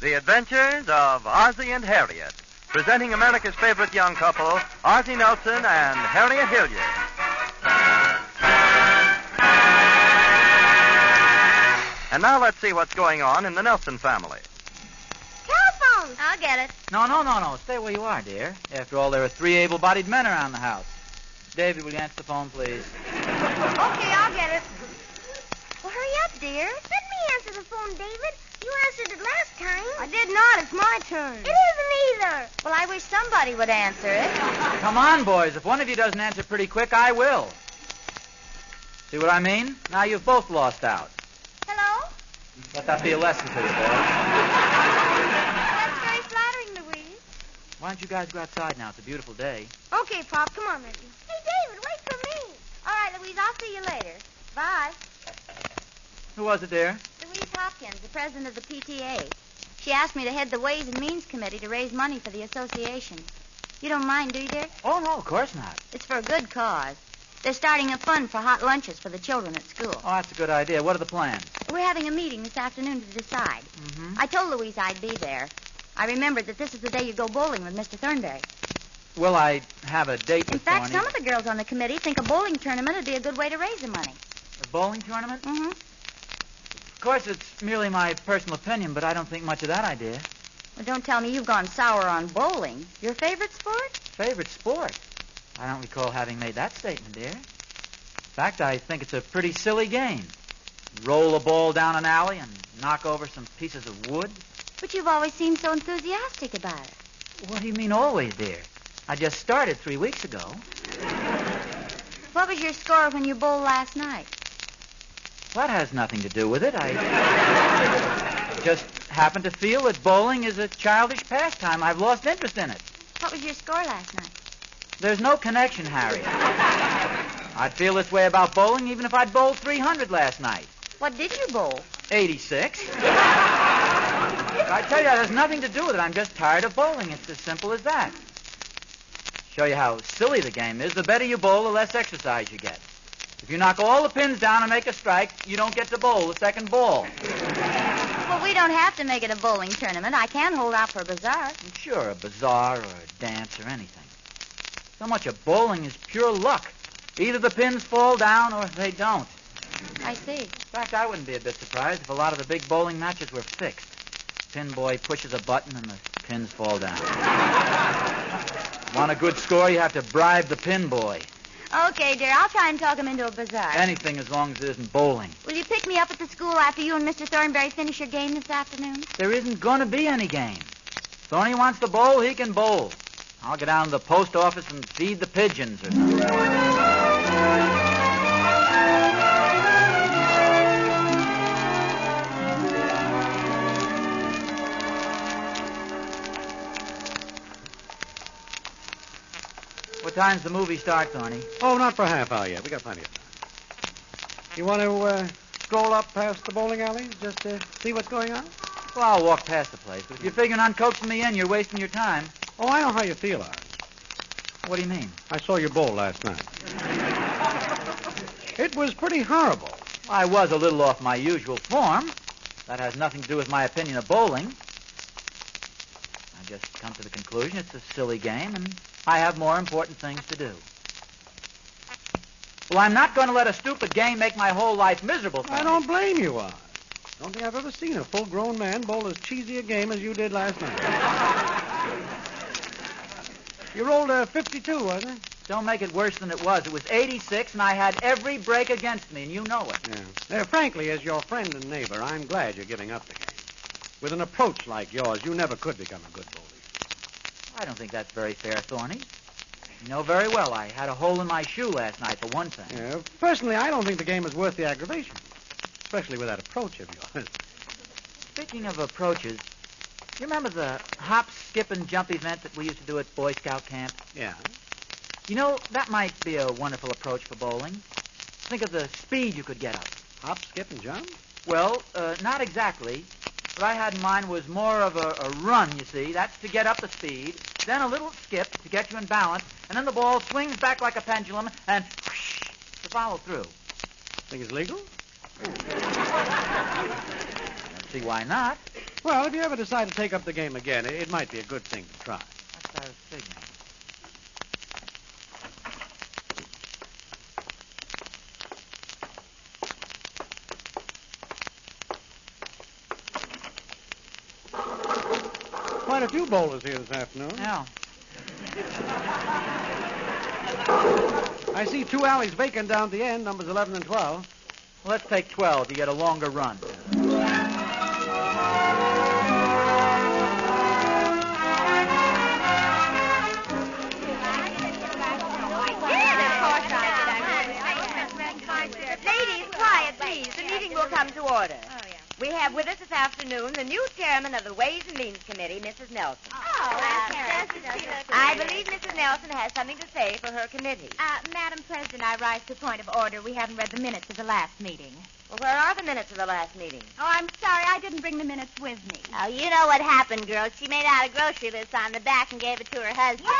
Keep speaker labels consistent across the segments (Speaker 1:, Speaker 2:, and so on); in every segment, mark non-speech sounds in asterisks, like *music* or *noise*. Speaker 1: The Adventures of Ozzie and Harriet, presenting America's favorite young couple, Ozzie Nelson and Harriet Hilliard. And now let's see what's going on in the Nelson family.
Speaker 2: Telephone. I'll get it.
Speaker 3: No, no, no, no. Stay where you are, dear. After all, there are three able bodied men around the house. David, will you answer the phone, please?
Speaker 2: Okay, I'll get it. Well, hurry up, dear. Let me answer the phone, David. You answered it last time. I did not. It's my turn. It isn't either. Well, I wish somebody would answer it.
Speaker 3: Come on, boys. If one of you doesn't answer pretty quick, I will. See what I mean? Now you've both lost out.
Speaker 2: Hello?
Speaker 3: Let that be a lesson to you, boys.
Speaker 2: That's very flattering, Louise.
Speaker 3: Why don't you guys go outside now? It's a beautiful day.
Speaker 2: Okay, Pop. Come on, Reggie. Hey, David, wait for me. All right, Louise. I'll see you later. Bye.
Speaker 3: Who was it, dear?
Speaker 2: Louise Hopkins, the president of the PTA. She asked me to head the Ways and Means Committee to raise money for the association. You don't mind, do you, dear?
Speaker 3: Oh, no, of course not.
Speaker 2: It's for a good cause. They're starting a fund for hot lunches for the children at school.
Speaker 3: Oh, that's a good idea. What are the plans?
Speaker 2: We're having a meeting this afternoon to decide.
Speaker 3: Mm-hmm.
Speaker 2: I told Louise I'd be there. I remembered that this is the day you go bowling with Mr. Thornberry.
Speaker 3: Well, I have a date
Speaker 2: In
Speaker 3: this
Speaker 2: fact,
Speaker 3: morning.
Speaker 2: some of the girls on the committee think a bowling tournament would be a good way to raise the money.
Speaker 3: A bowling tournament?
Speaker 2: Mm-hmm.
Speaker 3: Of course, it's merely my personal opinion, but I don't think much of that idea.
Speaker 2: Well, don't tell me you've gone sour on bowling. Your favorite sport?
Speaker 3: Favorite sport? I don't recall having made that statement, dear. In fact, I think it's a pretty silly game. Roll a ball down an alley and knock over some pieces of wood.
Speaker 2: But you've always seemed so enthusiastic about it.
Speaker 3: What do you mean always, dear? I just started three weeks ago.
Speaker 2: What was your score when you bowled last night?
Speaker 3: That has nothing to do with it. I *laughs* just happen to feel that bowling is a childish pastime. I've lost interest in it.
Speaker 2: What was your score last night?
Speaker 3: There's no connection, Harriet. I'd feel this way about bowling even if I'd bowled 300 last night.
Speaker 2: What did you bowl?
Speaker 3: 86. I tell you, it has nothing to do with it. I'm just tired of bowling. It's as simple as that. Show you how silly the game is. The better you bowl, the less exercise you get. If you knock all the pins down and make a strike, you don't get to bowl the second ball.
Speaker 2: Well, we don't have to make it a bowling tournament. I can hold out for a bazaar.
Speaker 3: I'm sure a bazaar or a dance or anything. So much of bowling is pure luck. Either the pins fall down or they don't.
Speaker 2: I see.
Speaker 3: In fact, I wouldn't be a bit surprised if a lot of the big bowling matches were fixed. Pin boy pushes a button and the pins fall down. Want a good score? You have to bribe the pin boy.
Speaker 2: Okay, dear, I'll try and talk him into a bazaar.
Speaker 3: Anything as long as it isn't bowling.
Speaker 2: Will you pick me up at the school after you and Mr. Thornberry finish your game this afternoon?
Speaker 3: There isn't going to be any game. Thorny wants to bowl, he can bowl. I'll go down to the post office and feed the pigeons or something. What time's the movie start, Thorny?
Speaker 4: Oh, not for a half hour yet. We got plenty of time. You want to uh, stroll up past the bowling alley just to see what's going on?
Speaker 3: Well, I'll walk past the place, but if you're figuring on coaxing me in, you're wasting your time.
Speaker 4: Oh, I know how you feel, Art.
Speaker 3: What do you mean?
Speaker 4: I saw your bowl
Speaker 2: *laughs*
Speaker 4: last night. it was pretty horrible.
Speaker 3: I was a little off my usual form. That has nothing to do with my opinion of bowling. I just come to the conclusion it's a silly game, and I have more important things to do. Well, I'm not going to let a stupid game make my whole life miserable. For
Speaker 4: I
Speaker 3: me.
Speaker 4: don't blame you, Art. Don't think I've ever seen a full-grown man bowl as cheesy a game as you did last night.
Speaker 2: *laughs*
Speaker 4: you rolled a 52, wasn't it?
Speaker 3: Don't make it worse than it was. It was 86, and I had every break against me, and you know it.
Speaker 4: Yeah. Uh, frankly, as your friend and neighbor, I'm glad you're giving up the game. With an approach like yours, you never could become a good bowler.
Speaker 3: I don't think that's very fair, Thorny. You know very well I had a hole in my shoe last night, for one thing.
Speaker 4: Yeah, personally, I don't think the game is worth the aggravation, especially with that approach of yours.
Speaker 3: Speaking of approaches, you remember the hop, skip, and jump event that we used to do at Boy Scout camp?
Speaker 4: *laughs* yeah.
Speaker 3: You know, that might be a wonderful approach for bowling. Think of the speed you could get up.
Speaker 4: Hop, skip, and jump?
Speaker 3: Well, uh, not exactly. What I had in mind was more of a, a run, you see. That's to get up the speed, then a little skip to get you in balance, and then the ball swings back like a pendulum and whoosh, to follow through.
Speaker 4: Think it's legal?
Speaker 3: I don't see why not.
Speaker 4: Well, if you ever decide to take up the game again, it, it might be a good thing to try.
Speaker 3: That's what I was figuring.
Speaker 4: Quite a few bowlers here this afternoon.
Speaker 3: No.
Speaker 4: I see two alleys vacant down at the end, numbers 11 and 12.
Speaker 3: Let's take 12. You get a longer run.
Speaker 5: Ladies, quiet, please. The meeting will come to order. We have with us this afternoon the new chairman of the Ways and Means Committee, Mrs. Nelson.
Speaker 2: Oh, that's Mrs. Sheila
Speaker 5: I believe Mrs. Nelson has something to say for her committee.
Speaker 2: Uh, Madam President, I rise to point of order. We haven't read the minutes of the last meeting.
Speaker 5: Well, where are the minutes of the last meeting?
Speaker 2: Oh, I'm sorry. I didn't bring the minutes with me.
Speaker 5: Oh, you know what happened, girls. She made out a grocery list on the back and gave it to her husband.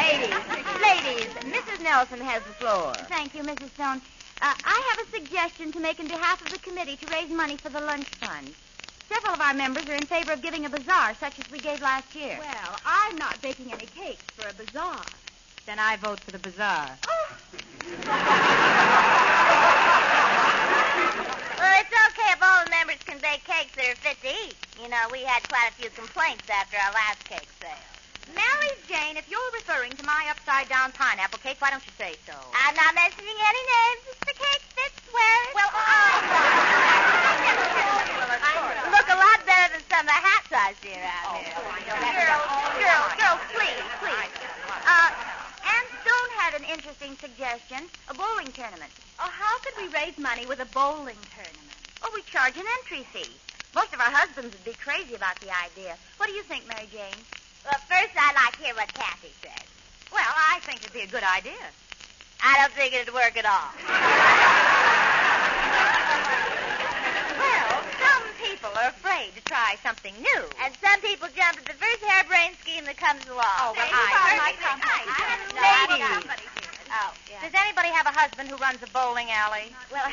Speaker 5: ladies, ladies, Mrs. Nelson has the floor.
Speaker 2: Thank you, Mrs. Stone. Uh, I have a suggestion to make in behalf of the committee to raise money for the lunch fund. Several of our members are in favor of giving a bazaar such as we gave last year.
Speaker 6: Well, I'm not baking any cakes for a bazaar.
Speaker 2: Then I vote for the bazaar.
Speaker 5: Well, it's okay if all the members can bake cakes that are fit to eat. You know, we had quite a few complaints after our last cake sale.
Speaker 2: Mary Jane, if you're referring to my upside down pineapple cake, why don't you say so?
Speaker 5: I'm not mentioning any names. It's the cake that swears. Well, *laughs* Look a lot better than some of the hats I see
Speaker 2: Oh,
Speaker 5: around here. Girls, girls, girls, please, please.
Speaker 2: Uh, Ann Stone had an interesting suggestion, a bowling tournament. Oh, how could we raise money with a bowling tournament?
Speaker 5: Oh, we charge an entry fee. Most of our husbands would be crazy about the idea.
Speaker 2: What do you think, Mary Jane?
Speaker 5: Well, first I'd like to hear what Kathy says.
Speaker 2: Well, I think it'd be a good idea.
Speaker 5: I don't think it'd work at *laughs* all.
Speaker 2: Well, some people are afraid to try something new.
Speaker 5: And some people jump at the first harebrained scheme that comes along.
Speaker 2: Oh, well, I certainly
Speaker 5: I- I-
Speaker 2: can't.
Speaker 5: I- I-
Speaker 2: Ladies.
Speaker 5: somebody Oh,
Speaker 2: Does anybody have a husband who runs a bowling alley?
Speaker 5: well,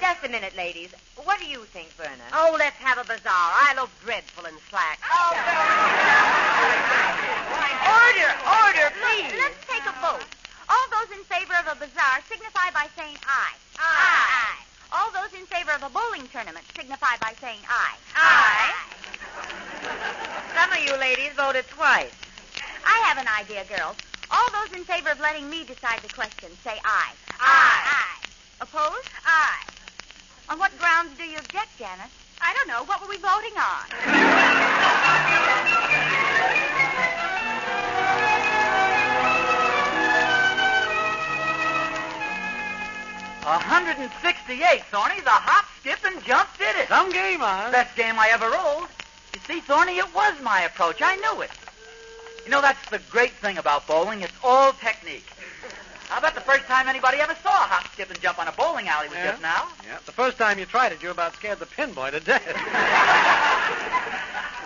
Speaker 5: just a minute, ladies. What do you think, Verna?
Speaker 2: Oh, let's have a bazaar. I look dreadful and slack.
Speaker 5: Oh,
Speaker 2: Order, order, please. Let's take a vote. All those in favor of a bazaar signify by saying aye.
Speaker 5: Aye.
Speaker 2: All those in favor of a bowling tournament signify by saying aye.
Speaker 5: Some of you ladies voted twice.
Speaker 2: I have an idea, girls. All those in favor of letting me decide the question say aye.
Speaker 5: Aye.
Speaker 2: Opposed? Aye. On what grounds do you object, Janice? I don't know. What were we voting on?
Speaker 3: A 168, Thorny. The hop, skip, and jump did it.
Speaker 4: Some game, huh?
Speaker 3: Best game I ever rolled. You see, Thorny, it was my approach. I knew it. You know, that's the great thing about bowling. It's all technique. How about the first time anybody ever saw a hop, skip, and jump on a bowling alley was
Speaker 4: Yeah.
Speaker 3: just now? *laughs*
Speaker 4: Yeah, the first time you tried it, you about scared the pin boy to death.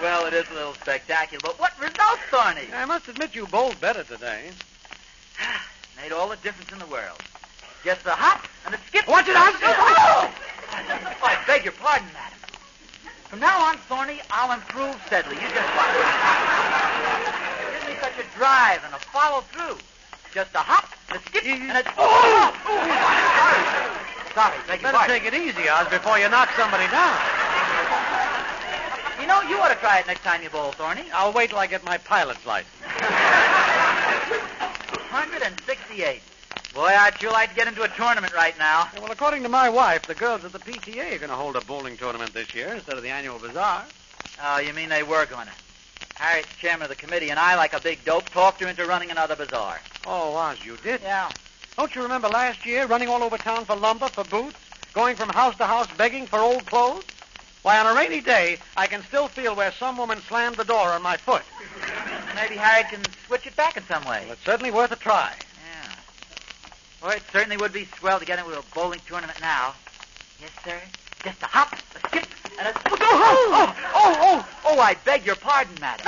Speaker 3: Well, it is a little spectacular, but what results, Thorny?
Speaker 4: *laughs* I must admit you bowled better today.
Speaker 3: *sighs* Made all the difference in the world. Just the hop and the skip.
Speaker 4: Watch it, Hans!
Speaker 3: Oh! Oh, *laughs* I beg your pardon, madam. From now on, Thorny, I'll improve steadily. You just watch. *laughs* Give me such a drive and a follow through. Just a hop, a skip, and a. Oh! Sorry, Sorry, beg your
Speaker 4: Better
Speaker 3: pardon.
Speaker 4: take it easy, Oz, before you knock somebody down.
Speaker 3: You know, you ought to try it next time you bowl, Thorny.
Speaker 4: I'll wait till I get my pilot's license.
Speaker 3: 168. Boy, I'd sure like to get into a tournament right now.
Speaker 4: Yeah, well, according to my wife, the girls at the PTA are going to hold a bowling tournament this year instead of the annual bazaar.
Speaker 3: Oh, you mean they were going to? Harriet's chairman of the committee, and I, like a big dope, talked her into running another bazaar.
Speaker 4: Oh, Oz, you did?
Speaker 3: Yeah.
Speaker 4: Don't you remember last year running all over town for lumber, for boots, going from house to house begging for old clothes? Why, on a rainy day, I can still feel where some woman slammed the door on my foot.
Speaker 3: Maybe Harriet can switch it back in some way.
Speaker 4: Well, it's certainly worth a try.
Speaker 3: Yeah. Well, it certainly would be swell to get into a bowling tournament now. Yes, sir. Just a hop, a skip, and a... Oh, oh, oh, oh, oh, I beg your pardon, madam.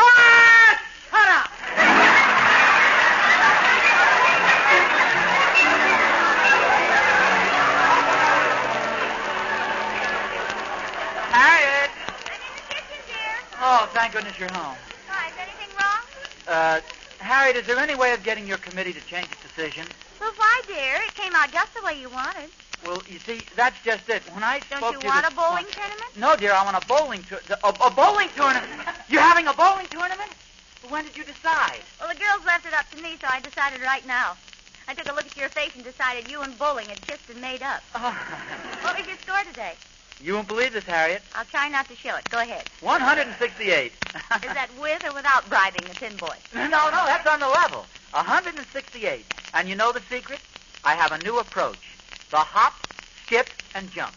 Speaker 3: Shut up! Harriet! Oh, thank goodness you're home.
Speaker 5: Hi, is anything wrong?
Speaker 3: Uh, Harriet, is there any way of getting your committee to change its decision?
Speaker 2: Well, why, dear? It came out just the way you wanted.
Speaker 3: Well, you see, that's just it. When I
Speaker 2: Don't
Speaker 3: spoke
Speaker 2: you
Speaker 3: to
Speaker 2: want
Speaker 3: this-
Speaker 2: a bowling tournament?
Speaker 3: No, dear, I want a bowling tour. A, a bowling tournament. You're having a bowling tournament? When did you decide?
Speaker 2: Well, the girls left it up to me, so I decided right now. I took a look at your face and decided you and bowling had kissed and made up. What was your score today?
Speaker 3: you won't believe this, Harriet.
Speaker 2: I'll try not to show it. Go ahead.
Speaker 3: 168.
Speaker 2: Is that with or without bribing the tin
Speaker 5: *laughs*
Speaker 2: boy?
Speaker 3: *laughs* No, no, that's on the level. 168. And you know the secret? I have a new approach. The hop, skip, and jump.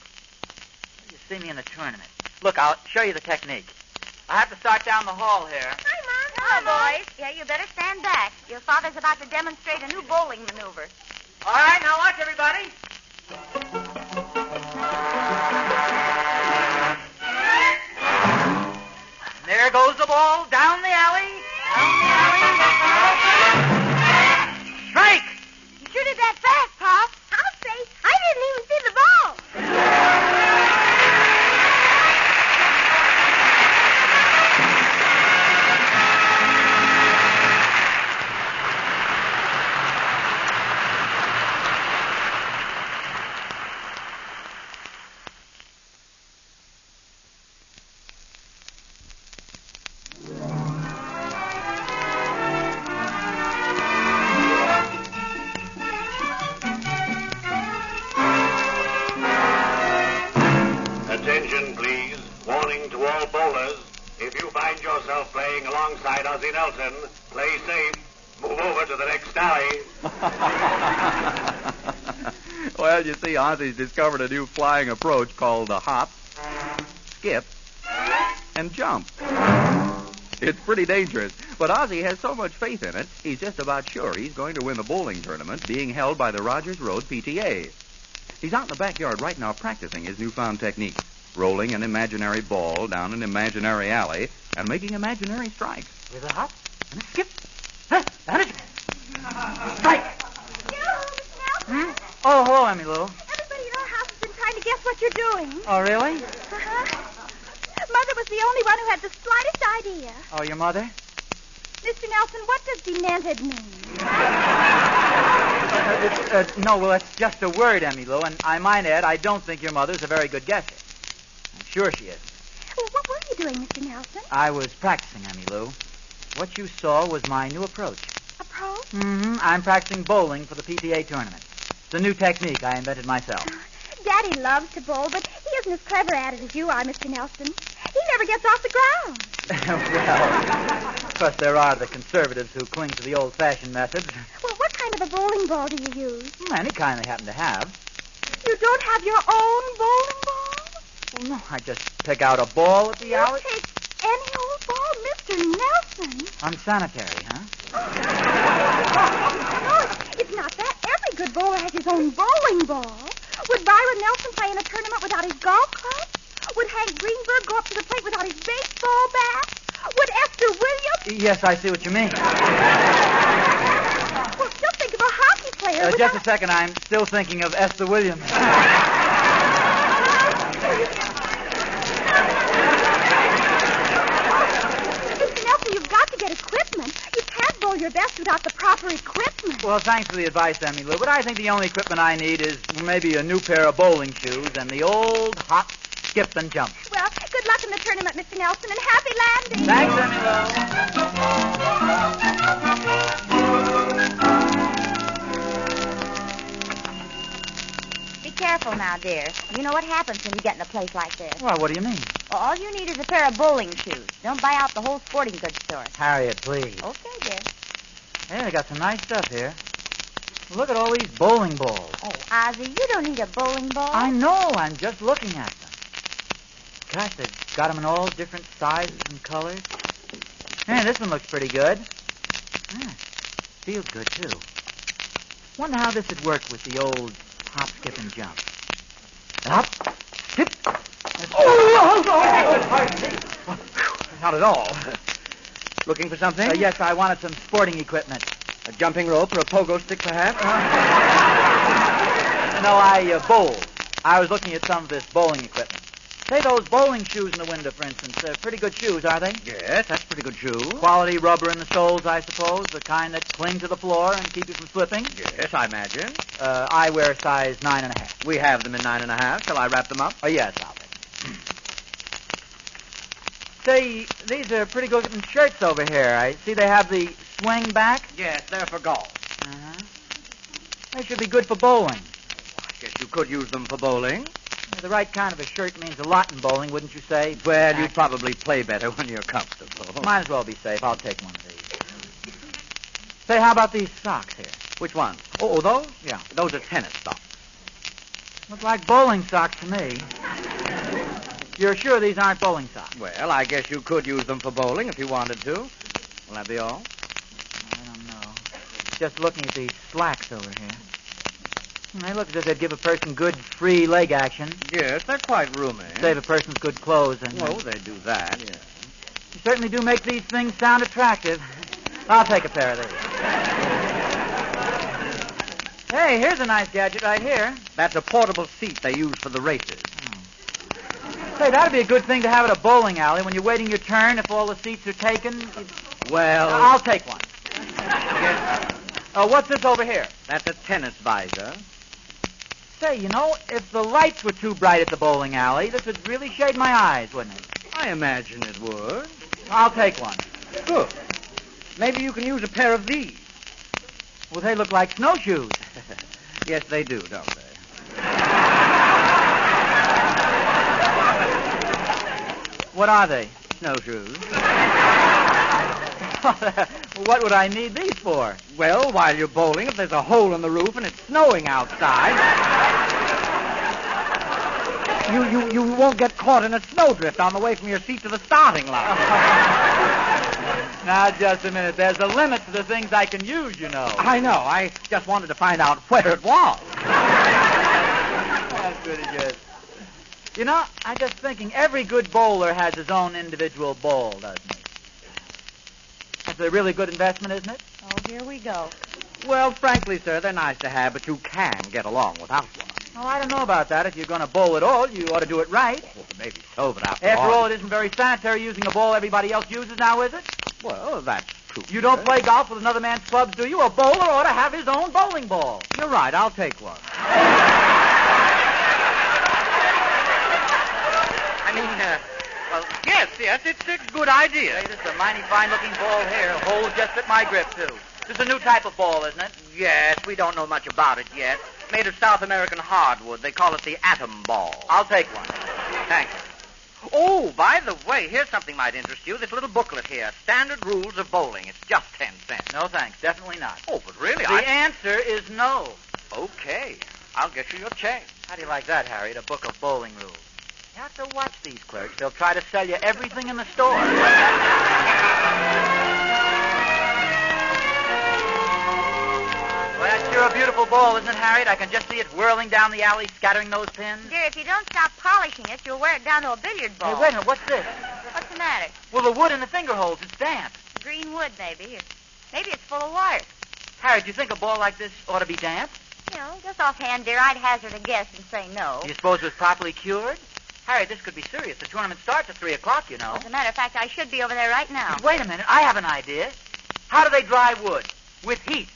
Speaker 3: You see me in the tournament. Look, I'll show you the technique. I have to start down the hall here.
Speaker 5: Hi, Mom.
Speaker 2: Hello, boys. Yeah, you better stand back. Your father's about to demonstrate a new bowling maneuver.
Speaker 3: All right, now watch, everybody. There goes the ball down the alley. Down the alley. Strike!
Speaker 2: You sure did that fast, Pop.
Speaker 5: I'll say I didn't even see the ball.
Speaker 7: Attention, please. Warning to all bowlers. If you find yourself playing alongside Ozzie Nelson, play safe. Move over to the next alley.
Speaker 1: *laughs* well, you see, Ozzy's discovered a new flying approach called the hop, skip, and jump. It's pretty dangerous, but Ozzy has so much faith in it, he's just about sure he's going to win the bowling tournament being held by the Rogers Road PTA. He's out in the backyard right now practicing his newfound technique, rolling an imaginary ball down an imaginary alley and making imaginary strikes.
Speaker 3: With a hop and a skip. Huh? Down it. Strike! Hmm? Oh, hello, Emmy Lou.
Speaker 5: Everybody in our house has been trying to guess what you're doing.
Speaker 3: Oh, really?
Speaker 5: Mother was the only one who had the slightest idea.
Speaker 3: Oh, your mother?
Speaker 5: Mr. Nelson, what does demented mean?
Speaker 3: Uh, uh, uh, no, well, that's just a word, Emmy Lou, and I might add, I don't think your mother's a very good guesser. I'm sure she is.
Speaker 5: Well, what were you doing, Mr. Nelson?
Speaker 3: I was practicing, Emmy Lou. What you saw was my new approach.
Speaker 5: A pro?
Speaker 3: Mm-hmm. I'm practicing bowling for the PTA tournament. It's a new technique I invented myself. *laughs*
Speaker 5: Daddy loves to bowl, but he isn't as clever at it as you are, Mr. Nelson. He never gets off the ground.
Speaker 3: well, of course, there are the conservatives who cling to the old-fashioned methods.
Speaker 5: Well, what kind of a bowling ball do you use?
Speaker 3: Hmm, Any kind they happen to have.
Speaker 5: You don't have your own bowling ball?
Speaker 3: Well, no, I just pick out a ball at the alley.
Speaker 5: You take any old ball, Mr. Nelson.
Speaker 3: Unsanitary, huh?
Speaker 5: No, it's- Oh, it's not that. Every good bowler has his own bowling ball. Would Byron Nelson play in a tournament without his golf club? Would Hank Greenberg go up to the plate without his baseball bat? Would Esther Williams?
Speaker 3: Yes, I see what you mean.
Speaker 5: Well, just think of a hockey player.
Speaker 3: Uh,
Speaker 5: without...
Speaker 3: just a second, I'm still thinking of Esther Williams.
Speaker 5: Mr. Nelson, you've got to get equipment. You can't bowl your best without the proper equipment.
Speaker 3: Well, thanks for the advice, Emmy Lou, but I think the only equipment I need is maybe a new pair of bowling shoes and the old hop, skip, and jump.
Speaker 5: Well, good luck in the tournament, Mr. Nelson, and happy landing.
Speaker 3: Thanks, Emmy Lou.
Speaker 2: Be careful now, dear. You know what happens when you get in a place like this.
Speaker 3: Well, what do you mean?
Speaker 2: Well, all you need is a pair of bowling shoes. Don't buy out the whole sporting goods store.
Speaker 3: Harriet, please.
Speaker 2: Okay, dear.
Speaker 3: Hey, they got some nice stuff here. Look at all these bowling balls.
Speaker 2: Oh, Ozzy, you don't need a bowling ball.
Speaker 3: I know. I'm just looking at them. Gosh, they've got them in all different sizes and colors. Hey, this one looks pretty good. Ah, feels good, too. Wonder how this would work with the old hop, skip, and jump. Up, skip. Oh,
Speaker 4: Not at all. Looking for something?
Speaker 3: yes, I wanted some sporting equipment.
Speaker 4: Uh, A jumping rope or a pogo stick, perhaps?
Speaker 3: No, I uh, bowled. I was looking at some of this bowling equipment. Say those bowling shoes in the window, for instance. They're pretty good shoes, are they?
Speaker 1: Yes, that's pretty good shoe.
Speaker 3: Quality rubber in the soles, I suppose. The kind that cling to the floor and keep you from slipping.
Speaker 1: Yes, I imagine.
Speaker 3: Uh, I wear a size nine and a half.
Speaker 1: We have them in nine and a half. Shall I wrap them up?
Speaker 3: Oh, yes, *clears throat* Albert. Say, these are pretty good looking shirts over here. I see they have the swing back.
Speaker 1: Yes, they're for golf.
Speaker 3: Uh-huh. They should be good for bowling.
Speaker 1: I guess you could use them for bowling.
Speaker 3: The right kind of a shirt means a lot in bowling, wouldn't you say?
Speaker 1: Well, you'd probably play better *laughs* when you're comfortable.
Speaker 3: Might as well be safe. I'll take one of these. Say, how about these socks here?
Speaker 1: Which one?
Speaker 3: Oh, those? Yeah.
Speaker 1: Those are tennis socks.
Speaker 3: Look like bowling socks to me. You're sure these aren't bowling socks?
Speaker 1: Well, I guess you could use them for bowling if you wanted to. Will that be all?
Speaker 3: I don't know. Just looking at these slacks over here. They look as if they'd give a person good free leg action,
Speaker 1: Yes, they're quite roomy.
Speaker 3: save a person's good clothes, and
Speaker 1: Oh, they do that, yes.
Speaker 3: you certainly do make these things sound attractive. I'll take a pair of these. Hey, here's a nice gadget right here.
Speaker 1: That's a portable seat they use for the races.
Speaker 3: Say, that'd be a good thing to have at a bowling alley when you're waiting your turn. If all the seats are taken, you-
Speaker 1: Well,
Speaker 3: I'll take one. Uh, what's this over here?
Speaker 1: that's a tennis visor.
Speaker 3: Say, you know, if the lights were too bright at the bowling alley, this would really shade my eyes, wouldn't it?
Speaker 1: I imagine it would. *laughs*
Speaker 3: I'll take one.
Speaker 1: Good. Maybe you can use a pair of these.
Speaker 3: Well, they look like snowshoes.
Speaker 1: Yes, they do, don't they?
Speaker 3: What are they?
Speaker 1: Snowshoes. *laughs*
Speaker 3: what would I need these for?
Speaker 1: Well, while you're bowling, if there's a hole in the roof and it's snowing outside, you, you, you won't get caught in a snowdrift on the way from your seat to the starting line. *laughs*
Speaker 3: Now, just a minute. There's a limit to the things I can use, you know.
Speaker 1: I know. I just wanted to find out where it was.
Speaker 3: That's pretty good. You know, I'm just thinking every good bowler has his own individual bowl, doesn't he? That's a really good investment, isn't it?
Speaker 5: Oh, here we go.
Speaker 1: Well, frankly, sir, they're nice to have, but you can get along without one.
Speaker 3: Oh, I don't know about that. If you're going to bowl at all, you ought to do it right.
Speaker 1: Well, maybe so, but after,
Speaker 3: After all, it isn't very sanitary using a ball everybody else uses now, is it?
Speaker 1: well, that's true.
Speaker 3: You don't
Speaker 1: sir.
Speaker 3: play golf with another man's clubs, do you? A bowler ought to have his own bowling ball.
Speaker 1: You're right. I'll take one. I mean, uh, well, yes, yes, it's a good idea.
Speaker 3: this is a mighty fine-looking ball here. Hole just at my grip, too. This is a new type of ball, isn't it?
Speaker 1: Yes, we don't know much about it yet. Made of South American hardwood. They call it the atom ball.
Speaker 3: I'll take one.
Speaker 1: Thank you. Oh, by the way, here's something might interest you. This little booklet here, Standard Rules of Bowling. It's just ten cents.
Speaker 3: No, thanks. Definitely not.
Speaker 1: Oh, but really,
Speaker 3: The
Speaker 1: I...
Speaker 3: answer is no.
Speaker 1: Okay. I'll get you your change.
Speaker 3: How do you like that, Harriet? A book of bowling rules. You have to watch these clerks. They'll try to sell you everything in the store. Well, that's sure a beautiful ball, isn't it, Harriet? I can just see it whirling down the alley, scattering those pins.
Speaker 5: Dear, if you don't stop polishing it, you'll wear it down to a billiard
Speaker 3: Hey,
Speaker 5: ball.
Speaker 3: wait a minute. What's this?
Speaker 5: What's the matter?
Speaker 3: Well, the wood in the finger holes is damp.
Speaker 5: Green wood, maybe. Maybe it's full of wires.
Speaker 3: Harriet, do you think a ball like this ought to be damp?
Speaker 5: You know, just offhand, dear, I'd hazard a guess and say no.
Speaker 3: Do you suppose it was properly cured? Harriet, this could be serious. The tournament starts at 3 o'clock, you know.
Speaker 5: As a matter of fact, I should be over there right now.
Speaker 3: Wait a minute. I have an idea. How do they dry wood? With heat.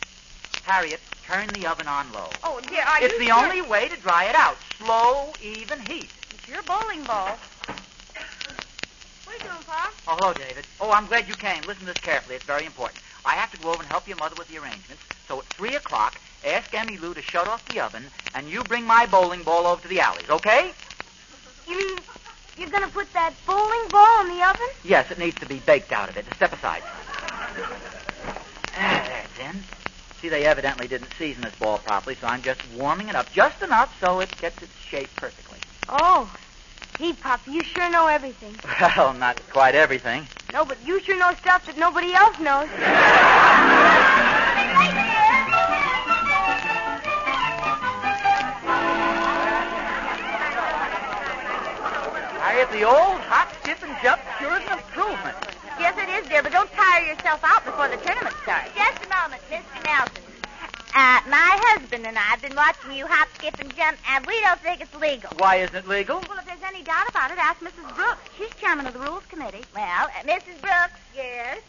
Speaker 3: Harriet, turn the oven on low.
Speaker 5: Oh, dear, are
Speaker 3: it's
Speaker 5: you
Speaker 3: the
Speaker 5: sure?
Speaker 3: only way to dry it out. Slow, even heat.
Speaker 5: It's your bowling ball. What are you doing, Pa?
Speaker 3: Oh, hello, David. Oh, I'm glad you came. Listen to this carefully. It's very important. I have to go over and help your mother with the arrangements. So at 3 o'clock, ask Emmy Lou to shut off the oven, and you bring my bowling ball over to the alleys, okay?
Speaker 5: You mean you're going to put that bowling ball in the oven?
Speaker 3: Yes, it needs to be baked out of it. Step aside. Ah, That's in. See, they evidently didn't season this ball properly, so I'm just warming it up just enough so it gets its shape perfectly. *laughs*
Speaker 5: Oh. Gee, Pop, you sure know everything.
Speaker 3: Well, not quite everything.
Speaker 5: No, but you sure know stuff that nobody else knows.
Speaker 3: Harriet, the old hop, skip, and jump sure is an improvement.
Speaker 5: Yes, it is, dear, but don't tire yourself out before the tournament starts. Just a moment, Mr. Nelson. Uh, my husband and I have been watching you hop, skip, and jump, and we don't think it's legal.
Speaker 3: Why isn't it legal?
Speaker 5: Well, if there's any
Speaker 2: out about it, ask Mrs. Brooks. She's chairman of the rules committee.
Speaker 5: Well, uh, Mrs. Brooks. Yes.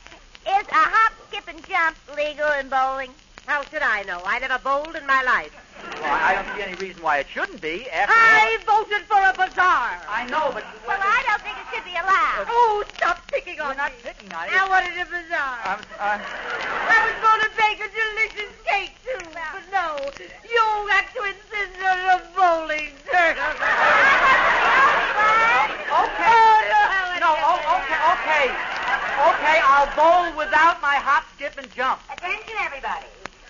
Speaker 5: Is a hop, skip, and jump legal in bowling? How should I know? I never bowled in my life.
Speaker 3: Well, I don't see any reason why it shouldn't be. After
Speaker 5: I voted for a bazaar.
Speaker 3: I know, but
Speaker 5: Well, I don't think it should be allowed. Oh, stop picking
Speaker 3: you're
Speaker 5: on
Speaker 3: not
Speaker 5: me.
Speaker 3: picking on it.
Speaker 5: I wanted a bazaar.
Speaker 3: I'm, uh,
Speaker 5: I was going to bake a delicious cake, too. But no, you had to insist on a bowling tournament.
Speaker 3: *laughs* Okay. no, oh, okay, okay. Okay, I'll bowl without my hop, skip, and jump.
Speaker 5: Attention, everybody.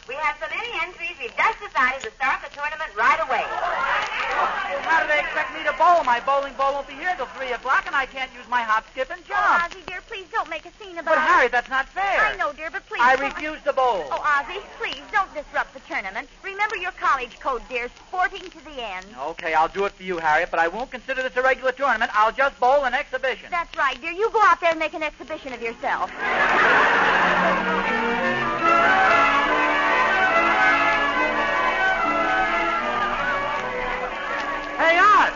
Speaker 5: We have so many entries, we've just decided to start the tournament right away.
Speaker 3: How do they expect me to bowl? My bowling ball won't be here till 3 o'clock, and I can't use my hop, skip, and
Speaker 2: Oh,
Speaker 3: jump.
Speaker 2: Ozzie, dear, please don't make a scene about
Speaker 3: But, Harry,
Speaker 2: it.
Speaker 3: that's not fair.
Speaker 2: I know, dear, but please.
Speaker 3: I
Speaker 2: don't-
Speaker 3: refuse to bowl.
Speaker 2: Oh, Ozzie, please don't disrupt the tournament. Remember your college code, dear. Sporting to the end.
Speaker 3: Okay, I'll do it for you, Harriet, but I won't consider this a regular tournament. I'll just bowl an exhibition.
Speaker 2: That's right, dear. You go out there and make an exhibition of yourself.
Speaker 4: Hey, Oz!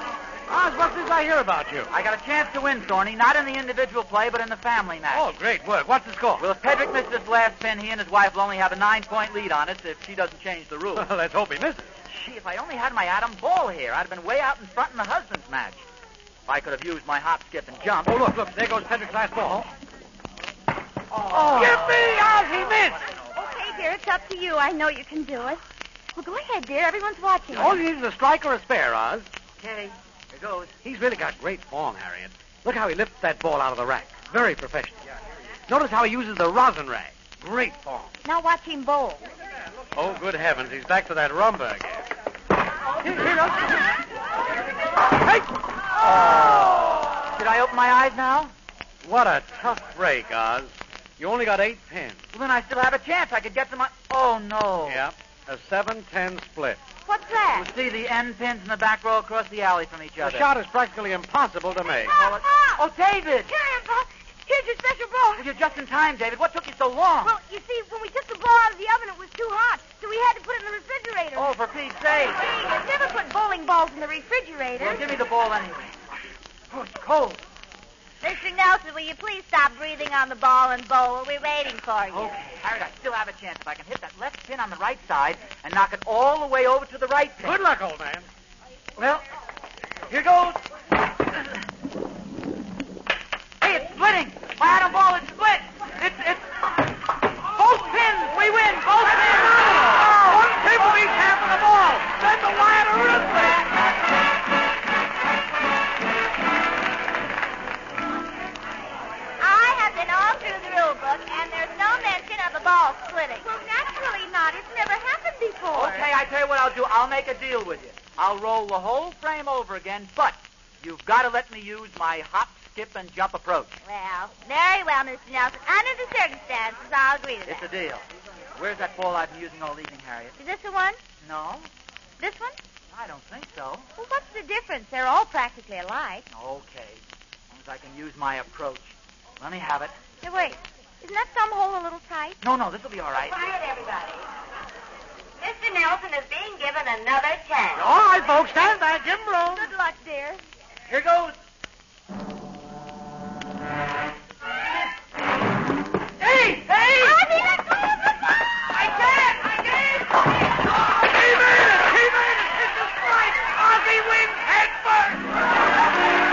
Speaker 4: Oz, what's this I hear about you?
Speaker 3: I got a chance to win, Thorny, not in the individual play, but in the family match.
Speaker 4: Oh, great work. What's the score?
Speaker 3: Well, if Pedrick misses this last pin, he and his wife will only have a nine-point lead on us if she doesn't change the
Speaker 4: *laughs*
Speaker 3: rules.
Speaker 4: *laughs* let's hope he misses.
Speaker 3: Gee, if I only had my Adam Ball here, I'd have been way out in front in the husband's match. If I could have used my hop, skip, and jump.
Speaker 4: Oh, look, look. There goes Pedrick's last ball.
Speaker 3: Oh.
Speaker 4: Give me, Oz! He missed!
Speaker 2: Okay, dear, it's up to you. I know you can do it. Well, go ahead, dear. Everyone's watching.
Speaker 4: All Oh, you need is a strike or a spare, Oz.
Speaker 3: Okay, here goes.
Speaker 4: He's really got great form, Harriet. Look how he lifts that ball out of the rack. Very professional. Notice how he uses the rosin rag. Great form.
Speaker 2: Now watch him bowl.
Speaker 4: Oh, good heavens. He's back to that rumba again.
Speaker 3: Should I open my eyes now?
Speaker 4: What a tough break, Oz. You only got eight pins.
Speaker 3: Well, then I still have a chance. I could get to my... Oh, no.
Speaker 4: Yeah. A 7-10 split.
Speaker 2: What's that?
Speaker 3: See the end pins in the back row across the alley from each
Speaker 4: The
Speaker 3: other.
Speaker 4: shot is practically impossible to make.
Speaker 3: Well, it- Oh, David!
Speaker 2: Here's your special ball.
Speaker 3: You're just in time, David. What took you so long?
Speaker 2: Well, you see, when we took the ball out of the oven, it was too hot, so we had to put it in the refrigerator.
Speaker 3: Oh, for Pete's sake.
Speaker 2: Gee, you never put bowling balls in the refrigerator.
Speaker 3: Well, give me the ball anyway. Oh, it's cold.
Speaker 5: Mr. Nelson, will you please stop breathing on the ball and bowl? We're waiting for you.
Speaker 3: Okay, Harriet, Oh, I still have a chance if I can hit that left pin on the right side and knock it all the way over to the right pin.
Speaker 4: Good luck, old man.
Speaker 3: Well, here goes. Hey, it's splitting. My atom ball is split. It's, it's... Both pins. We win. Both pins. One pin will each half of the ball. Send the wire to Ripley.
Speaker 5: I have been all through the rule book, and there's no mention of a ball splitting.
Speaker 2: Well, naturally not. It's never happened before.
Speaker 3: Okay, I tell you what I'll do. I'll make a deal with you. I'll roll the whole frame over again, but you've got to let me use my hop, skip, and jump approach.
Speaker 5: Well, very well, Mr. Nelson. Under the circumstances, I'll agree to
Speaker 3: It's a
Speaker 5: that.
Speaker 3: deal. Where's that ball I've been using all evening, Harriet?
Speaker 5: Is this the one?
Speaker 3: No,
Speaker 5: This one?
Speaker 3: I don't think so.
Speaker 5: Well, what's the difference? They're all practically alike.
Speaker 3: Okay. As long as I can use my approach. Let me have it.
Speaker 5: Now, wait. Isn't that thumb hole a little tight?
Speaker 3: No, no, this will be all right.
Speaker 5: Quiet, everybody. Mr. Nelson is being given another chance.
Speaker 4: All right, folks, stand back. Give him room.
Speaker 2: Good luck, dear.
Speaker 3: Here goes. Hey! Hey! I can't! I can't! He made it! He made it! It's a strike! Ozzie wins head first!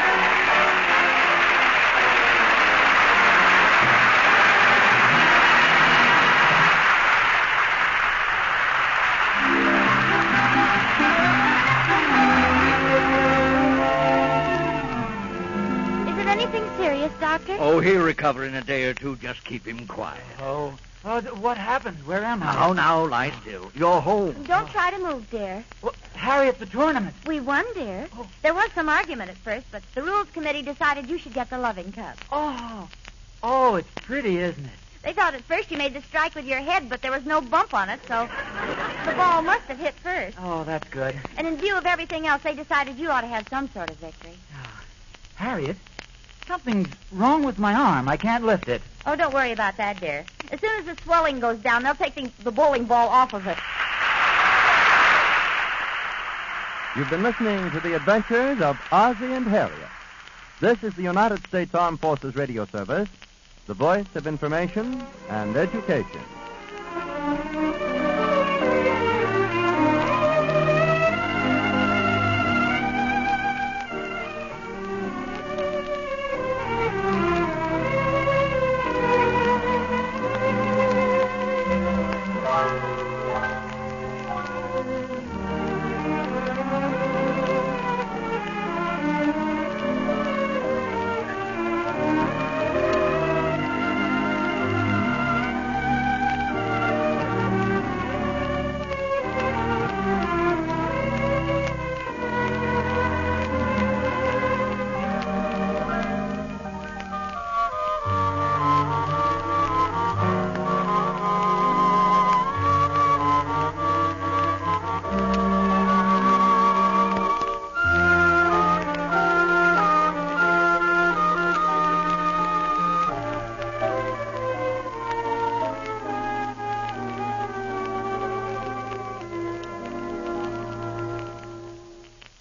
Speaker 2: Is it anything serious, Doctor?
Speaker 8: Oh, he'll recover in a day or two. Just keep him quiet.
Speaker 3: Oh. Oh, th- what happened? Where am I?
Speaker 8: Now, now, lie still. You're home.
Speaker 2: Don't try to move, dear.
Speaker 3: Well, Harriet, the tournament.
Speaker 2: We won, dear.
Speaker 3: Oh.
Speaker 2: There was some argument at first, but the rules committee decided you should get the loving cup.
Speaker 3: Oh. Oh, it's pretty, isn't it?
Speaker 2: They thought at first you made the strike with your head, but there was no bump on it, so the ball must have hit first.
Speaker 3: Oh, that's good.
Speaker 2: And in view of everything else, they decided you ought to have some sort of victory.
Speaker 3: Ah, Harriet, something's wrong with my arm. I can't lift it.
Speaker 2: Oh, don't worry about that, dear. As soon as the swelling goes down, they'll take the, the bowling ball off of it.
Speaker 1: You've been listening to the adventures of Ozzie and Harriet. This is the United States Armed Forces Radio Service, the voice of information and education.